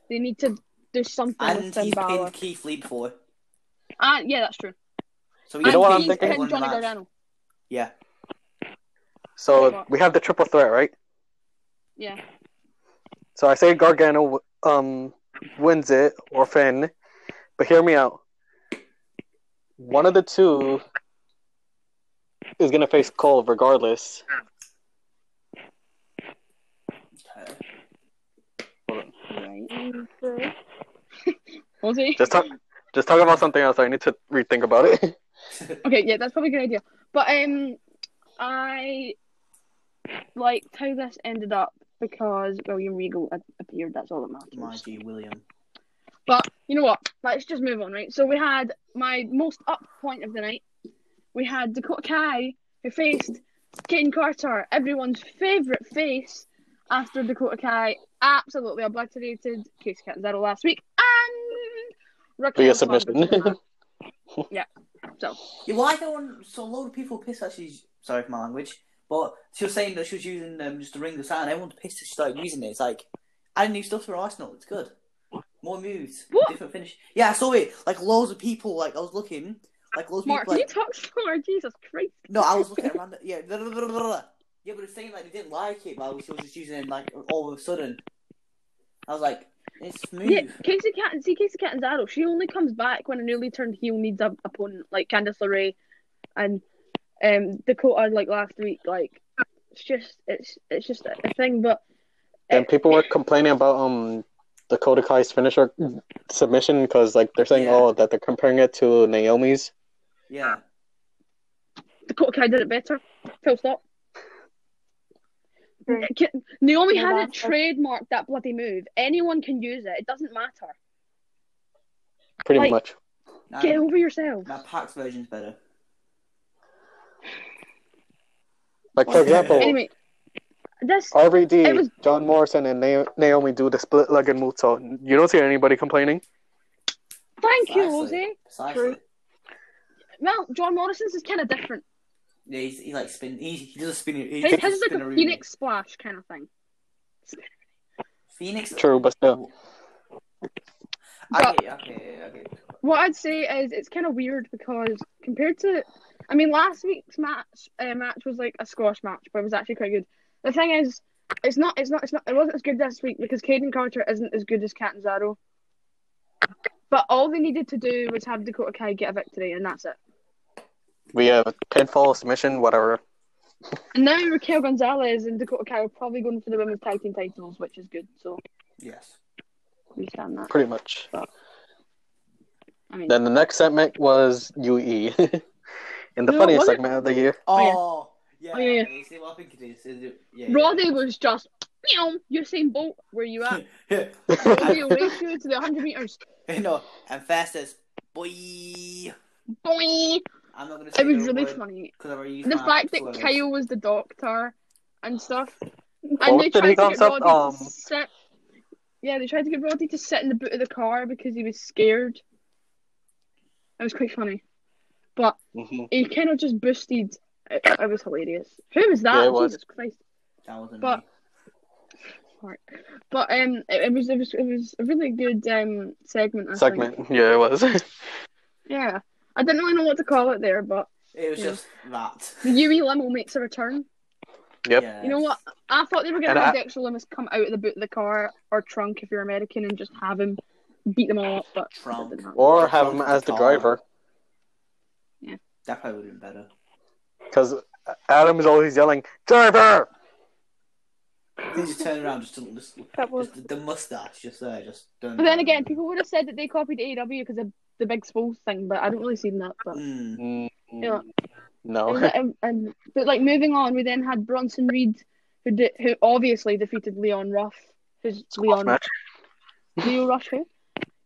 S1: They need to do something
S2: And
S1: with Finn
S2: he's
S1: Balor.
S2: pinned Keith Lee before.
S1: And yeah, that's true.
S2: So
S3: You know
S1: and
S3: what I'm
S1: he's
S3: thinking?
S1: pinned
S2: Won the
S1: Johnny
S2: match.
S1: Gargano.
S2: Yeah.
S3: So we have the triple threat, right?
S1: Yeah.
S3: So I say Gargano um, wins it or Finn, but hear me out. One of the two is gonna face Cole regardless.
S2: Okay.
S1: Right.
S4: Baby.
S1: Was he?
S3: Just talk, just talk about something else. I need to rethink about it.
S1: Okay, yeah, that's probably a good idea. But um, I liked how this ended up because William Regal a- appeared. That's all that matters.
S2: My G, William.
S1: But you know what? Let's just move on, right? So we had my most up point of the night. We had Dakota Kai who faced Kane Carter, everyone's favorite face, after Dakota Kai absolutely obliterated Case Cat Zero last week and Raquel
S3: Via
S1: Carter
S3: submission.
S1: took the
S2: Yeah, well, I don't want. So, a lot of people pissed that she's. Sorry for my language. But she was saying that she was using um, just the ring of sound. Everyone's pissed that she started using it. It's like, adding new stuff to her arsenal. It's good. More moves.
S1: What?
S2: Different finish. Yeah, I saw it. Like, loads of people. Like, I was looking. Like, loads of
S1: Mark,
S2: people.
S1: can you
S2: Like,
S1: talk slower? Jesus Christ.
S2: no, I was looking at random. Yeah. blah, blah, blah, blah, blah. Yeah, but it's saying, like, they didn't like it, but I was, she was just using it, like, all of a sudden. I was like, it's smooth.
S1: Yeah, Casey Cat see Casey Catanzaro, she only comes back when a newly turned heel needs a opponent like Candice LeRae and um Dakota like last week. Like it's just it's it's just a thing. But
S3: and people were complaining about um Dakota Kai's finisher submission because like they're saying
S2: Yeah.
S3: oh that they're comparing it to Naomi's.
S2: yeah.
S1: Dakota Kai did it better. Full stop.
S4: True.
S1: Ca- Naomi
S4: Yeah,
S1: hasn't
S4: that's-
S1: trademarked that bloody move. Anyone can use it. It doesn't matter.
S3: Pretty
S1: Like-
S3: much.
S2: Nah,
S1: Get over yourself.
S2: Now Pax version's better.
S3: Like for example,
S1: Anyway, this It
S3: RVD,
S1: was-
S3: John Morrison, and Na- Naomi do the split leg and moonsault. You don't see anybody complaining.
S1: thank you,
S2: Precisely.
S1: Jose.
S2: Precisely.
S4: True.
S1: Well, John Morrison's is kind of different.
S2: Yeah, he's, he like spin. He, he does a spin. He
S1: His,
S2: does
S1: his is like a
S2: spinneroonie.
S1: phoenix splash kind of thing.
S2: Phoenix. Oh.
S3: True, but still.
S2: Okay, okay, okay.
S1: What I'd say is it's kind of weird because compared to, I mean, last week's match uh, match was like a squash match, but it was actually quite good. The thing is, It's not. It's not. It's not. It wasn't as good this week because Caden Carter isn't as good as Catanzaro. But all they needed to do was have Dakota Kai get a victory, and that's it.
S3: We have pinfall, submission, whatever.
S1: And now Raquel Gonzalez and Dakota Kai are probably going for the women's tag team titles, which is good. So
S2: Yes.
S1: we stand that.
S3: Pretty much.
S1: I mean,
S3: Then the next segment was UE. and the
S1: No,
S3: funniest
S1: was it?
S3: segment of the year.
S2: Oh, yeah.
S1: Oh, yeah.
S2: You see what I think it is? Is it- Yeah.
S1: Roddy was just, meow, Usain Bolt, where you at?
S2: yeah.
S1: Roddy will race you to the 100 metres.
S2: no, and fastest. Boy.
S1: Boing!
S2: I'm not gonna say
S1: It was really funny.
S2: Because I've already used
S1: The
S2: my
S1: fact that
S2: swear words.
S1: Kyle was the doctor and stuff.
S3: Well,
S1: And they
S3: what did he
S1: tried to get
S3: concept,
S1: Roddy
S3: um,
S1: to sit. Yeah, they tried to get Roddy to sit in the boot of the car because he was scared. It was quite funny. But he kind of just boosted. It, it was hilarious. Who was that?
S3: Yeah, it was.
S1: Jesus Christ.
S2: That wasn't
S1: But-
S2: me.
S1: Right. But um, it, it was it was it was a really good um segment. I think.
S3: Segment. Yeah, it was.
S1: Yeah, I didn't really know what to call it there, but
S2: It was
S1: Yeah.
S2: just that.
S1: the Yui Limo makes a return.
S3: Yep.
S2: Yeah.
S1: You know what? I thought they were going
S3: And
S1: to have
S3: I-
S1: Dexter Loomis come out of the boot of the car or trunk if you're American and just have him beat them all up, but that
S2: Trunk.
S1: didn't happen.
S3: Or have him as the driver.
S2: That probably would have been better.
S3: Because Adam is always yelling, Driver!
S2: They just turn around, just, don't listen.
S4: That was
S2: just the, the mustache, just there, just done.
S1: But then again, people would have said that they copied AEW because of the big spool thing, but I don't really seen that. But
S2: Mm.
S3: Mm,
S1: Yeah. and,
S3: No.
S1: and, and- but like moving on, we then had Bronson Reed, who did, who obviously defeated Leon Ruff, who's Leon
S3: match.
S1: Leo Rush who?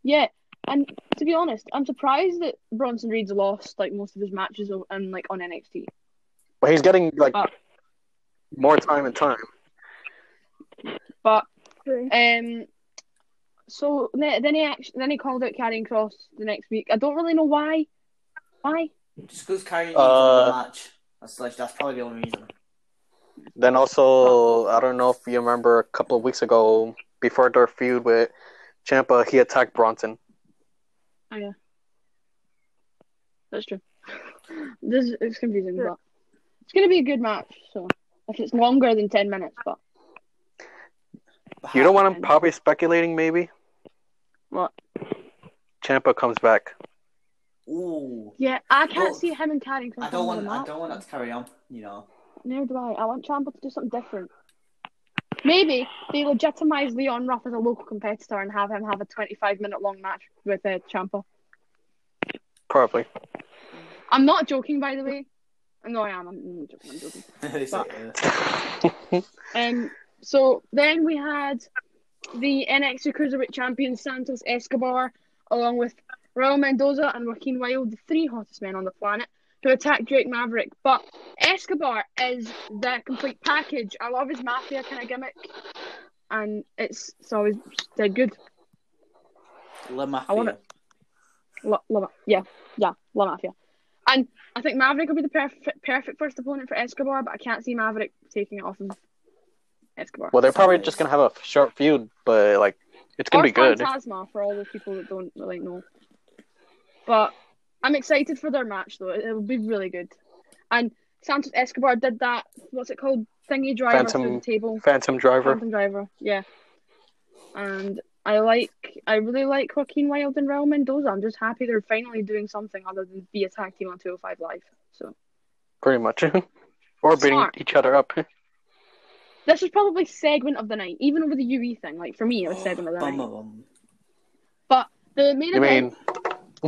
S1: Yeah, and to be honest, I'm surprised that Bronson Reed's lost like most of his matches o- and like on NXT.
S3: But he's getting, like,
S1: Ah.
S3: more time and time.
S1: But
S4: true.
S1: um, so then then he actually then he called out Carrying Cross the next week. I don't really know why. Why?
S2: Just because carrying
S3: Uh,
S2: the match. That's like that's probably the only reason.
S3: Then also, I don't know if you remember a couple of weeks ago, before their feud with Champa, he attacked Bronson.
S1: That's true. This is- it's confusing, but it's gonna be a good match. So if it's longer than ten minutes, but
S2: But
S3: You know what I'm probably speculating, maybe?
S1: what?
S3: Champa comes back.
S2: Ooh,
S1: Yeah, I can't
S2: Well,
S1: see him and Carrying Cross.
S2: I don't
S1: on
S2: want.
S1: the
S2: I
S1: map.
S2: don't want that to carry on. You know.
S1: Neither do I. I want Champa to do something different. Maybe they legitimise Leon Ruff as a local competitor and have him have a 25 minute long match with uh, Champa.
S3: Probably.
S1: I'm not joking, by the way. No, I am. I'm not joking. I'm joking.
S2: It's
S1: But-
S2: like, uh,
S1: Um, so then we had the NXT Cruiserweight Champion Santos Escobar, along with Raul Mendoza and Joaquin Wilde, the three hottest men on the planet, who attacked Drake Maverick. But Escobar is the complete package. I love his mafia kind of gimmick, and it's, it's always dead good.
S2: uh, La Mafia.
S1: I want it. La, La, Ma- yeah, yeah, La Mafia. And I think Maverick will be the perfect perfect first opponent for Escobar, but I can't see Maverick taking it off of Escobar.
S3: Well, they're probably just going to have a short feud, but, like, it's going
S1: or
S3: to be good.
S1: Phantasma for all the people that don't really know. But I'm excited for their match though. It, will be really good. And Santos Escobar did that. What's it called? Thingy driver through
S3: Phantom-
S1: the table.
S3: Phantom Driver.
S1: Phantom driver. Yeah. And I like, I really like Joaquin Wilde and Raul Mendoza. I'm just happy they're finally doing something other than be a tag team on 205 Live. So
S3: Pretty much. or beating
S1: Smart.
S3: each other up.
S1: this is probably segment of the night, even over the UE thing. Like for me, it was segment of the
S2: Bum,
S1: night.
S2: bum, bum.
S1: But the main
S3: You
S1: event
S3: mean,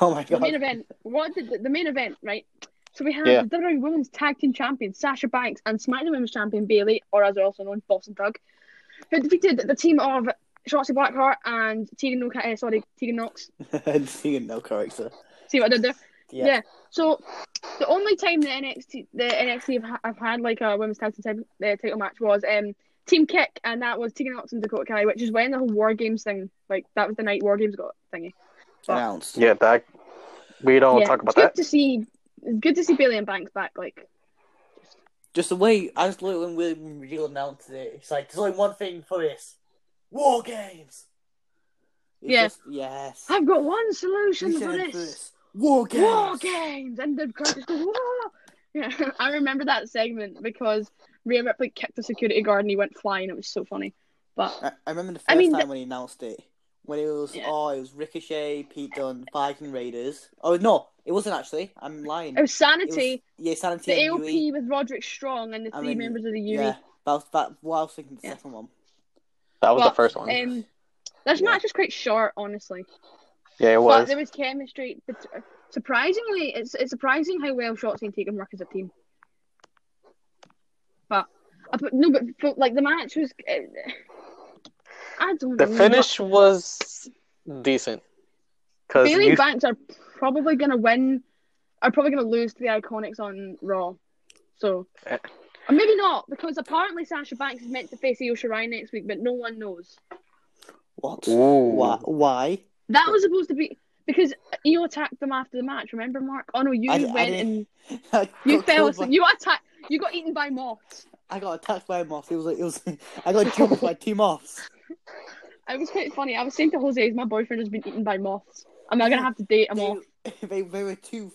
S2: Oh my
S1: the main
S2: god.
S1: event. What did the, the main event, right? So we had
S3: Yeah.
S1: the WWE Women's Tag Team Champion Sasha Banks and SmackDown Women's Champion Bailey, or as they're also known, Boston Doug, who defeated the team of Shotzi Blackheart and Tegan, no- uh, sorry, Tegan Knox.
S2: Seeing no character.
S1: See what I did there?
S2: Yeah.
S1: Yeah. So the only time the NXT the NXT have, ha- have had like a women's tag team ti- uh, title match was um Team Kick, and that was Tegan Knox and Dakota Kai, which is when the whole War Games thing, like that was the night War Games got thingy. But-
S2: Announced.
S3: yeah, that. We don't Oh, talk about
S1: it's good
S3: that.
S1: to see. It's good to see Bailey and Banks back. Like
S2: Just the way I just look when William Regal announced it. It's like there's only one thing for this: war games. It's
S1: Yeah.
S2: Just, yes.
S1: I've got one
S2: We
S1: solution for
S2: said
S1: this.
S2: War games.
S1: War games, and the crowd just go, "Whoa!" Yeah, I remember that segment because Rhea Ripley kicked the security guard and he went flying. It was so funny. But
S2: I, I remember the first
S1: I mean,
S2: time
S1: the-
S2: when he announced it. When it was
S1: Yeah.
S2: oh, it was Ricochet, Pete Dunne, Viking Raiders. Oh no, it wasn't actually. I'm lying.
S1: it was
S2: It was-
S1: Oh, Sanity,
S2: yeah,
S1: the
S2: Sanity. and
S1: AOP
S2: UE.
S1: with Roderick Strong and the
S2: I
S1: three
S2: mean,
S1: members of the E. UE.
S2: Yeah, that was, that, well, I was thinking the
S1: Yeah.
S2: second one.
S3: That was
S1: Well,
S3: the first one.
S1: Um, this
S2: Yeah.
S1: match was quite short, honestly.
S3: yeah, it
S1: But
S3: was.
S1: there was chemistry. bet- Surprisingly, it's it's surprising how well Shotzi and Tegan work as a team. But, uh, but no, but, but like the match was, uh, I don't
S3: The
S1: know.
S3: finish was decent. Cause
S1: Bailey
S3: you,
S1: Banks are probably gonna win. Are probably gonna lose to the Iconics on Raw. So,
S3: Eh.
S1: or maybe not because apparently Sasha Banks is meant to face Io Shirai next week, but no one knows.
S2: What?
S3: Ooh.
S2: Why? Why?
S1: That was supposed to be because Io attacked them after the match. Remember, Mark? Oh no, you
S2: I- I
S1: went
S2: didn't-
S1: and
S2: I
S1: you
S2: got
S1: fell.
S2: killed
S1: asleep.
S2: by-
S1: You attacked. You got eaten by moths.
S2: I got attacked by a moth. It was like it was. I got jumped by two moths.
S1: It was quite funny. I was saying to Jose, my boyfriend has been eaten by moths. I'm not gonna have to date a
S2: They,
S1: moth.
S2: they, they were two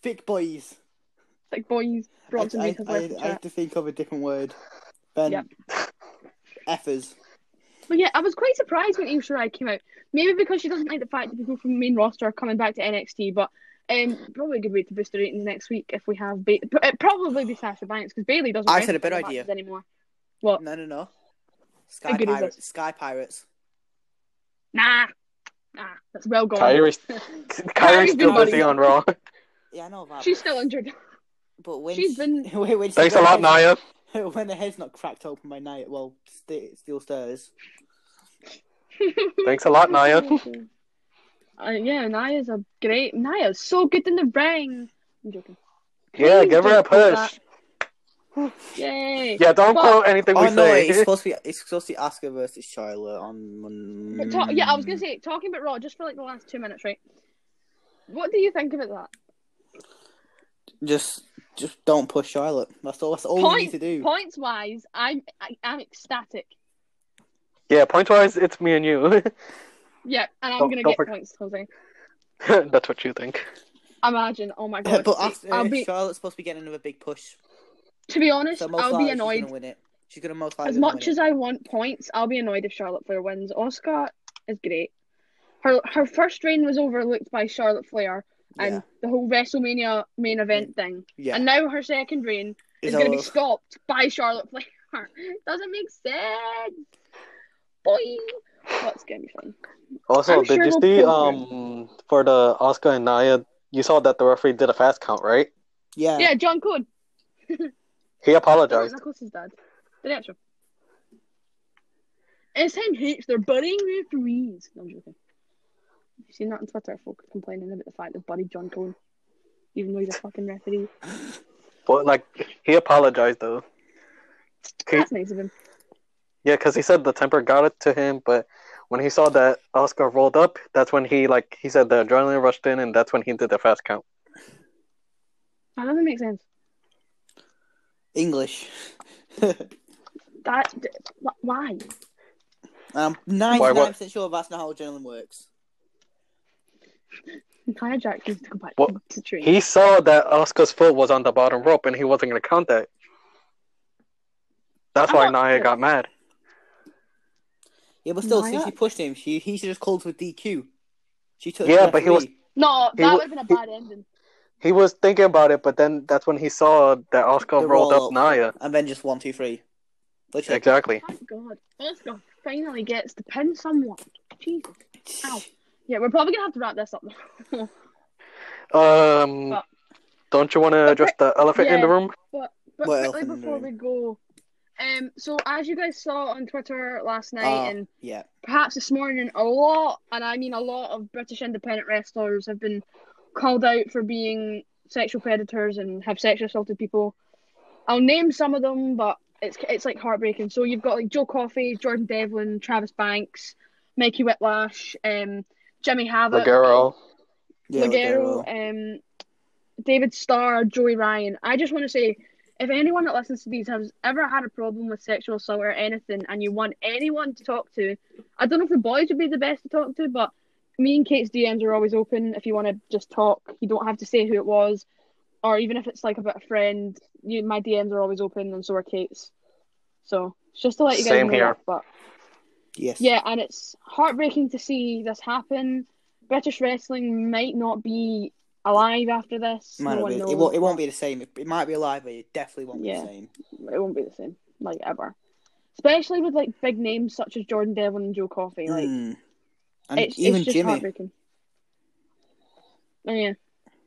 S2: thick boys.
S1: Like boys,
S2: I,
S1: Robson
S2: I,
S1: Reed has
S2: I,
S1: left the
S2: I
S1: chat.
S2: had to think of a different word. Then
S1: Yep.
S2: effers.
S1: But yeah, I was quite surprised when Io Shirai came out. Maybe because she doesn't like the fact that people from the main roster are coming back to NXT, but um, probably a good way to boost the ratings next week if we have ba- pr- it'd probably be Sasha Banks because Bailey doesn't.
S2: I said a
S1: wrestle
S2: better
S1: in
S2: idea.
S1: matches anymore. What?
S2: No, no, no. Sky
S1: good is
S2: pirates. Sky pirates.
S1: Nah, nah, that's well gone.
S3: Kyrie, Kyrie's
S1: Kyrie's
S3: still
S1: been
S3: busy
S1: buddies.
S3: on Raw.
S2: Yeah, I know that.
S1: She's still injured.
S2: but when
S1: she's been-
S2: when- when she-
S3: Thanks a lot,
S2: when-
S3: Naya.
S2: When the head's not cracked open by night, well, st- steel stairs.
S3: Thanks a lot, Naya.
S1: Uh, yeah, Naya's a great. Naya's so good in the ring. I'm joking.
S3: Yeah,
S1: Please
S3: give her a
S1: don't do that.
S3: push.
S1: Yay!
S3: Yeah, don't
S1: But-
S3: quote anything we
S2: Oh no,
S3: say.
S2: it's supposed to be it's supposed to be Asuka versus Charlotte on.
S1: But talk, yeah, I was gonna say talking about Raw just for like the last two minutes, right? What do you think about that?
S2: just just don't push Charlotte. That's all. That's all we need to do.
S1: Points wise, I'm I, I'm ecstatic.
S3: yeah, point wise, it's me and you.
S1: Yeah, and I'm
S3: Don't-
S1: gonna
S3: don't
S1: get
S3: forget-
S1: points, Jose.
S3: That's what you think.
S1: Imagine, oh my god.
S2: but after,
S1: I'll be
S2: Charlotte's supposed to be getting another big push,
S1: to be honest,
S2: so most
S1: I'll be
S2: likely she's
S1: annoyed.
S2: gonna win it. She's gonna most likely
S1: As
S2: gonna
S1: much
S2: win
S1: as I want points, I'll be annoyed if Charlotte Flair wins. Oscar is great. Her her first reign was overlooked by Charlotte Flair
S2: it.
S1: and the whole WrestleMania main event thing.
S2: yeah,
S1: And
S2: yeah.
S1: now her second reign is
S2: It's
S1: going to
S2: all-
S1: be stopped by Charlotte Flair. Doesn't make sense. Boy, that's going to be fun. I'm
S3: Also, did
S1: sure
S3: you
S1: we'll
S3: see
S1: pull
S3: um for the Oscar and Naya? You saw that the referee did a fast count, right?
S2: yeah,
S1: yeah, John Code.
S3: He
S1: That's
S3: apologized.
S1: Nicholas' dad. The next one. It's him hates their budding referees. No, I'm joking. You've seen that on Twitter, folks complaining about the fact they buddied John Cone, even though he's a fucking referee.
S3: But like, he apologized though. He-
S1: That's nice of him.
S3: Yeah, because he said the temper got it to him, but when he saw that Oscar rolled up, that's when he like he said the adrenaline rushed in, and that's when he did the fast count.
S1: That doesn't make sense.
S2: English. I'm
S1: That d- wh- why?
S2: ninety nine percent sure that's not how adrenaline works.
S1: Nia Jax needs to go back
S3: What?
S1: to train.
S3: He saw that Oscar's foot was on the bottom rope, and he wasn't going to count that. That's
S1: I'm
S3: why
S1: not-
S3: Naya got mad.
S2: Yeah, but still,
S1: Why
S2: since
S1: not?
S2: she pushed him, she he should just called for DQ. She touched
S3: Yeah,
S2: the
S3: but he was-
S2: referee.
S1: no,
S3: he
S1: that
S3: wa-
S1: would have been a bad ending.
S3: He was thinking about it, but then that's when he saw that Oscar
S2: The
S3: rolled
S2: roll
S3: up
S2: up.
S3: Naya.
S2: and then just one, two, three. Literally.
S3: Exactly.
S1: Thank God. Oscar finally gets to pin someone. Jesus. Ow. Yeah, we're probably gonna have to wrap this up. now.
S3: Um,
S1: But-
S3: don't you want to address the elephant in the
S1: Yeah.
S3: room?
S1: but
S2: What else in
S1: quickly
S2: the
S1: before
S2: room?
S1: we go, um, so as you guys saw on Twitter last night
S2: Ah,
S1: and
S2: yeah.
S1: perhaps this morning, a lot, and I mean a lot of British independent wrestlers have been called out for being sexual predators and have sexually assaulted people. I'll name some of them, but it's it's like heartbreaking. So you've got like Joe Coffey, Jordan Devlin, Travis Banks, Mikey Whitlash, um, Jimmy Havoc,
S3: Ligero.
S2: Yeah,
S1: Ligero,
S2: Ligero.
S1: um, David Starr, Joey Ryan. I just want to say, if anyone that listens to these has ever had a problem with sexual assault or anything, and you want anyone to talk to, I don't know if the boys would be the best to talk to, but me and Kate's DMs are always open. If you want to just talk, you don't have to say who it was. or even if it's like about a friend, you, my DMs are always open, and so are Kate's. So it's just to let you guys
S3: Same
S1: know.
S3: here.
S1: that, But
S2: Yes.
S1: yeah, and it's heartbreaking to see this happen. British wrestling might not be alive after this. no
S2: Might not
S1: one
S2: be,
S1: knows.
S2: it, won't, it won't be the same. It, it might be alive, but it definitely won't
S1: Yeah.
S2: be the same.
S1: it won't be the same, like ever. Especially with like big names such as Jordan Devlin and Joe Coffey, like
S2: Mm. And
S1: it's,
S2: even
S1: it's just
S2: Jimmy.
S1: heartbreaking. Oh yeah,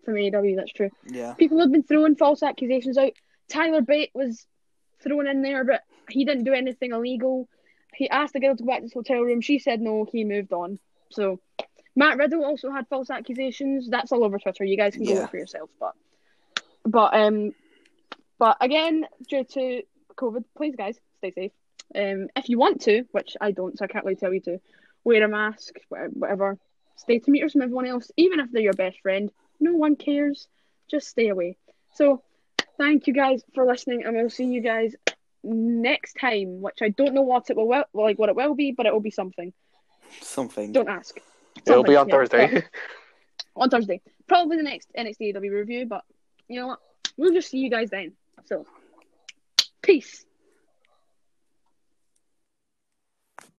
S1: from AEW, that's true.
S2: Yeah.
S1: People have been throwing false accusations out. Tyler Bate was thrown in there, but he didn't do anything illegal. He asked the girl to go back to his hotel room. She said no. He moved on. So Matt Riddle also had false accusations. That's all over Twitter. You guys can go
S2: Yeah.
S1: look for yourselves. But but um but again, due to COVID, please guys stay safe. Um, if you want to, which I don't, so I can't really tell you to, wear a mask, wha- whatever. Stay two meters from everyone else, even if they're your best friend. No one cares. Just stay away. So, thank you guys for listening, and we'll see you guys next time. Which I don't know what it will well, like what it will be, but it will be something.
S2: Something.
S1: Don't ask.
S3: It'll be
S1: Something,
S3: on
S1: yeah,
S3: Thursday.
S1: yeah. on Thursday, probably the next NXT AEW review. But you know what? We'll just see you guys then. So, peace.